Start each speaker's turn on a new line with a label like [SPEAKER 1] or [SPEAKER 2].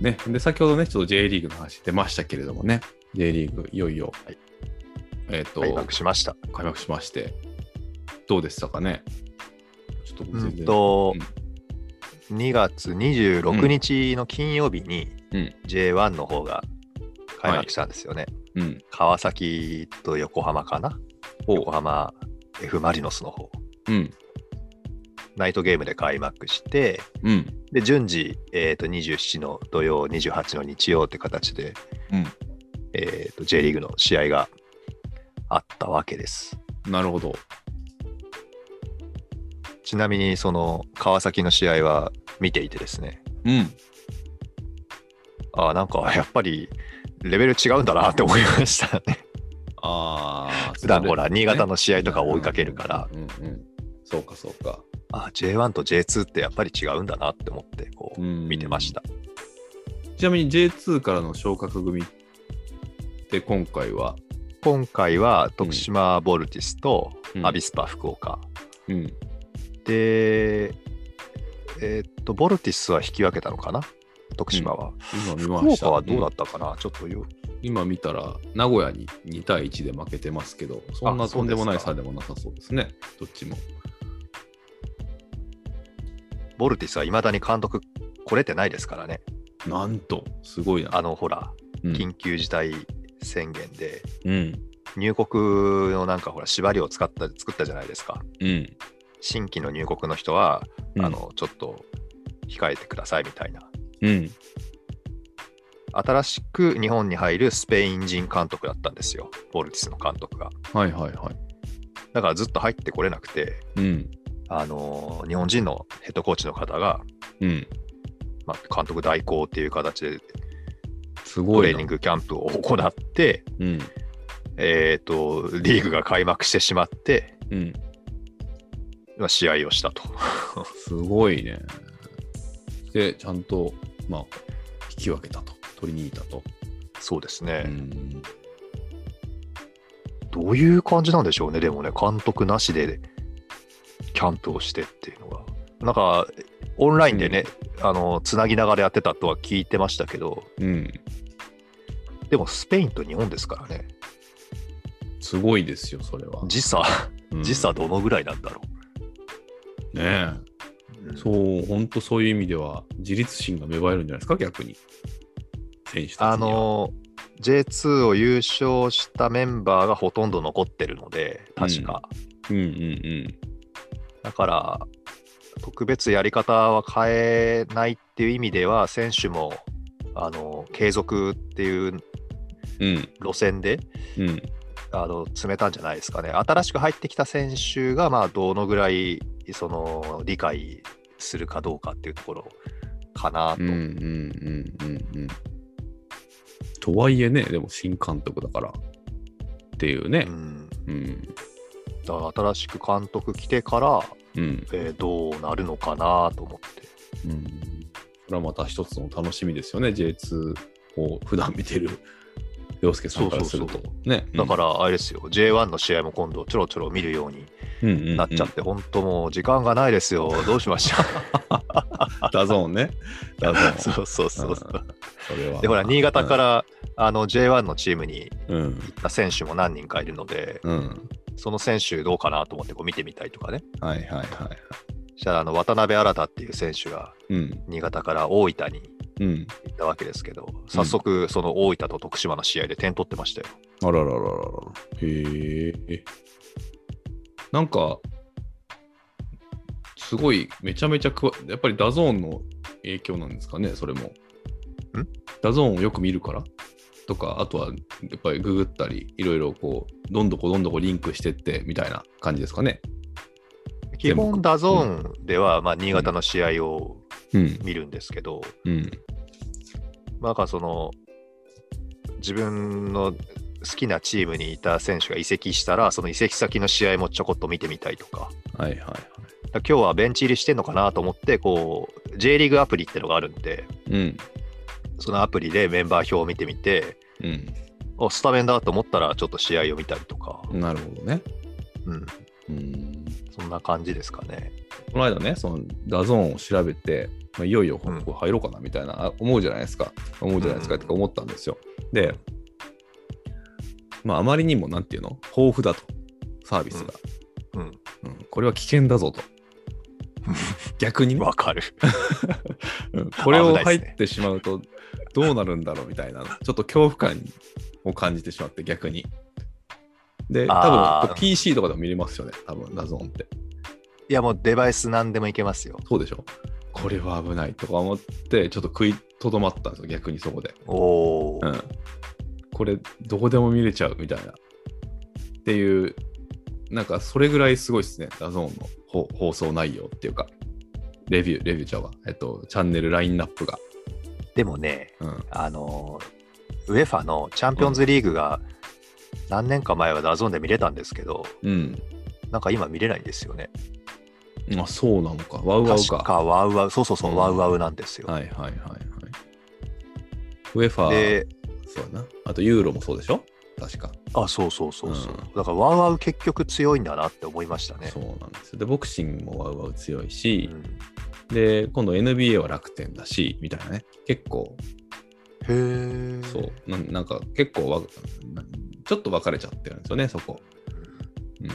[SPEAKER 1] ね、で先ほどね、ちょっと J リーグの話出ましたけれどもね、J リーグ、いよいよ、
[SPEAKER 2] はい
[SPEAKER 1] えっ、と
[SPEAKER 2] 開幕しました。
[SPEAKER 1] 開幕しまして、どうでしたかね。ちょっと僕
[SPEAKER 2] う
[SPEAKER 1] 全然
[SPEAKER 2] んと
[SPEAKER 1] うん、
[SPEAKER 2] 2月26日の金曜日に
[SPEAKER 1] うん
[SPEAKER 2] J1 の方が開幕したんですよね。
[SPEAKER 1] うん、
[SPEAKER 2] 川崎と横浜かな
[SPEAKER 1] お
[SPEAKER 2] 横浜 F ・マリノスの方。
[SPEAKER 1] うん、
[SPEAKER 2] ナイトゲームで開幕して、
[SPEAKER 1] うん、
[SPEAKER 2] で、順次、えー、と27の土曜、28の日曜って形で、
[SPEAKER 1] う
[SPEAKER 2] えー、と J リーグの試合があったわけです。
[SPEAKER 1] ん、なるほど。
[SPEAKER 2] ちなみに、その川崎の試合は見ていてですね、
[SPEAKER 1] うん、
[SPEAKER 2] ああ、なんかやっぱりレベル違うんだなって思い ましたね。
[SPEAKER 1] ああ、
[SPEAKER 2] 普段
[SPEAKER 1] それ
[SPEAKER 2] ほら、新潟の試合とか追いかけるから、
[SPEAKER 1] うん、うん、うんそうか、そうか。
[SPEAKER 2] あ J1 と J2 ってやっぱり違うんだなって思って、こう、
[SPEAKER 1] うん
[SPEAKER 2] 見てました。
[SPEAKER 1] ちなみに J2 からの昇格組って今回は、
[SPEAKER 2] 今回は徳島ボルティスと
[SPEAKER 1] うん
[SPEAKER 2] アビスパ福岡。
[SPEAKER 1] うん、
[SPEAKER 2] で、えーっと、ボルティスは引き分けたのかな徳島は。
[SPEAKER 1] 今見
[SPEAKER 2] 福
[SPEAKER 1] ました。
[SPEAKER 2] 岡はどうだったかな、ちょっとよ
[SPEAKER 1] 今見たら、名古屋に2対1で負けてますけど、そんな
[SPEAKER 2] あ
[SPEAKER 1] とんでもない
[SPEAKER 2] そ
[SPEAKER 1] 差
[SPEAKER 2] う
[SPEAKER 1] でもなさそうですね、どっちも。
[SPEAKER 2] ボルティスはいまだに監督来れてないですからね。
[SPEAKER 1] なんと、すごいな。
[SPEAKER 2] あの、ほら、
[SPEAKER 1] うん
[SPEAKER 2] 緊急事態宣言で、
[SPEAKER 1] うん、
[SPEAKER 2] 入国のなんかほら、縛りを使った、作ったじゃないですか。
[SPEAKER 1] うん、
[SPEAKER 2] 新規の入国の人は、
[SPEAKER 1] うん
[SPEAKER 2] あ、の、ちょっと控えてくださいみたいな。
[SPEAKER 1] うん、
[SPEAKER 2] 新しく日本に入るスペイン人監督だったんですよ、ボルティスの監督が。
[SPEAKER 1] はいはいはい。
[SPEAKER 2] だからずっと入ってこれなくて、
[SPEAKER 1] うん、
[SPEAKER 2] あのー日本人のヘッドコーチの方が、
[SPEAKER 1] うん、
[SPEAKER 2] まあ、監督代行っていう形ですト
[SPEAKER 1] ご
[SPEAKER 2] レ
[SPEAKER 1] い
[SPEAKER 2] ーニ
[SPEAKER 1] な
[SPEAKER 2] ン。グキャンプを行って、
[SPEAKER 1] うん、
[SPEAKER 2] えー、とリーグが開幕してしまって、
[SPEAKER 1] うん、
[SPEAKER 2] まあ、試合をしたと。
[SPEAKER 1] すごいね。で、ちゃんと、まあ、引き分けたと、取りに行ったと。
[SPEAKER 2] そうです
[SPEAKER 1] う
[SPEAKER 2] ね、
[SPEAKER 1] ん
[SPEAKER 2] どういう感じなんでしょうね、でもね、監督なしでキャンプをしてっていうのが。なんかオンラインでね、あのつなぎながらやってたとは聞いてましたけど、
[SPEAKER 1] うん、
[SPEAKER 2] でもスペインと日本ですからね、
[SPEAKER 1] すごいですよ、それは。
[SPEAKER 2] 時差、
[SPEAKER 1] うん
[SPEAKER 2] 時差どのぐらいなんだろ
[SPEAKER 1] ねえ。
[SPEAKER 2] う。うん
[SPEAKER 1] そう、本当そういう意味では、自立心が芽生えるんじゃないですか、逆に。選手たちには
[SPEAKER 2] あ、の J2 を優勝したメンバーがほとんど残ってるので、確か。
[SPEAKER 1] うんうんうん。
[SPEAKER 2] だから、特別やり方は変えないっていう意味では、選手もあの継続っていう
[SPEAKER 1] うん
[SPEAKER 2] 路線で
[SPEAKER 1] うん
[SPEAKER 2] あの詰めたんじゃないですかね。新しく入ってきた選手が、まあ、どのぐらいその理解するかどうかっていうところかな
[SPEAKER 1] う
[SPEAKER 2] と。
[SPEAKER 1] んうんうんうんうん。とはいえね、でも新監督だからっていうね
[SPEAKER 2] う。ん
[SPEAKER 1] うん
[SPEAKER 2] だから新しく監督来てから、
[SPEAKER 1] うん
[SPEAKER 2] えーどうなるのかなと思って。
[SPEAKER 1] うん。これはまた一つの楽しみですよね、J2 を普段見てる洋介さんからする
[SPEAKER 2] そ
[SPEAKER 1] と
[SPEAKER 2] うそう。
[SPEAKER 1] ね。
[SPEAKER 2] だから、あれですよ、J1 の試合も今度、ちょろちょろ見るように
[SPEAKER 1] ら
[SPEAKER 2] なっちゃって、本当もう時間がないですよ、どうしました
[SPEAKER 1] ダゾーンね。ダゾーン。
[SPEAKER 2] そうそうそうそ
[SPEAKER 1] うん
[SPEAKER 2] う。
[SPEAKER 1] それは
[SPEAKER 2] で、ほら、新潟から、あの J1 のチームに
[SPEAKER 1] うん。
[SPEAKER 2] 行った選手も何人かいるので、
[SPEAKER 1] うん。
[SPEAKER 2] その選手どうかなと思ってこう見てみたりとかね。
[SPEAKER 1] はいはいはい。
[SPEAKER 2] そしたら、あの渡辺新っていう選手が、
[SPEAKER 1] うん。
[SPEAKER 2] 新潟から大分に
[SPEAKER 1] うん。
[SPEAKER 2] 行ったわけですけど、早速、その大分と徳島の試合で点取ってましたよ。
[SPEAKER 1] あらららららら。へえ。なんか、すごい、めちゃめちゃくわ、やっぱりダゾーンの影響なんですかね、それも。ダゾーンをよく見るからとか、あとは、やっぱりググったり、いろいろこう、どんどこどんどこリンクしてって、みたいな感じですかね。
[SPEAKER 2] 基本、ダゾーンでは、まあ、新潟の試合を
[SPEAKER 1] うん。
[SPEAKER 2] 見るんですけど、
[SPEAKER 1] うん。
[SPEAKER 2] まあ、なんかその自分の好きなチームにいた選手が移籍したら、その移籍先の試合もちょこっと見てみたいとか、
[SPEAKER 1] はいはいは
[SPEAKER 2] だから今日はベンチ入りしてんのかなと思ってこう、J リーグアプリってのがあるんで、
[SPEAKER 1] い。うん。
[SPEAKER 2] そのアプリでメンバー表を見てみて、
[SPEAKER 1] う
[SPEAKER 2] あスタメンだと思ったら、ちょっと試合を見たりとか、
[SPEAKER 1] ん。なるほどね。
[SPEAKER 2] うん、
[SPEAKER 1] うん。
[SPEAKER 2] そんな感じですかね。
[SPEAKER 1] この間ね、そのダゾーンを調べて、まあ、いよいよこ
[SPEAKER 2] うん
[SPEAKER 1] こ入ろうかなみたいな、あ思うじゃないですか。思うじゃないですか
[SPEAKER 2] うん
[SPEAKER 1] とか思ったんですよ。で、まあ、あまりにも、なんていうの豊富だと、サービスが。
[SPEAKER 2] うん。
[SPEAKER 1] うんこれは危険だ ぞと。逆にね、
[SPEAKER 2] わかる。
[SPEAKER 1] うんこれを
[SPEAKER 2] 危ない
[SPEAKER 1] 入
[SPEAKER 2] ですね
[SPEAKER 1] ってしまうとどうなるんだろうみたいな、ちょっと恐怖感を感じてしまって、逆に。で、
[SPEAKER 2] あー
[SPEAKER 1] 多分 PC とかでも見れますよね、多分ダゾーンって。
[SPEAKER 2] いや、もうデバイス何でもいけますよ。
[SPEAKER 1] そうでしょこれは危ないとか思って、ちょっと食いとどまったんですよ、逆にそこで。
[SPEAKER 2] おお、
[SPEAKER 1] うん。これ、どこでも見れちゃうみたいな。っていう、なんかそれぐらいすごいですね、ダゾーンの放放送内容っていうか、レビュー、レビューちゃうわ。えっと、チャンネルラインナップが。
[SPEAKER 2] でもね、
[SPEAKER 1] うん。
[SPEAKER 2] あのー、UEFA のチャンピオンズリーグが何年か前はダゾーンで見れたんですけど、
[SPEAKER 1] うん。
[SPEAKER 2] なんか今見れないんですよね。
[SPEAKER 1] あ、そうなのか。ワウワウ
[SPEAKER 2] 確
[SPEAKER 1] か。
[SPEAKER 2] かワウワウ、そうそうそう、
[SPEAKER 1] うん
[SPEAKER 2] ワウワウなんですよ。
[SPEAKER 1] はいはいはいはい。ウェファー、
[SPEAKER 2] で、
[SPEAKER 1] そうだな。あとユーロもそうでしょ確か、
[SPEAKER 2] あ、そうそうそうそう。
[SPEAKER 1] うん
[SPEAKER 2] だからワウワウ結局強いんだなって思いましたね。
[SPEAKER 1] そうなんですよ。で、ボクシングもワウワウ強いうし、
[SPEAKER 2] ん
[SPEAKER 1] で、今度 NBA は楽天だし、みたいなね。結構、
[SPEAKER 2] へえ。
[SPEAKER 1] そう、なんなんか結構わ、ちょっと分かれちゃってるんですよね、そこ。
[SPEAKER 2] うん
[SPEAKER 1] うん。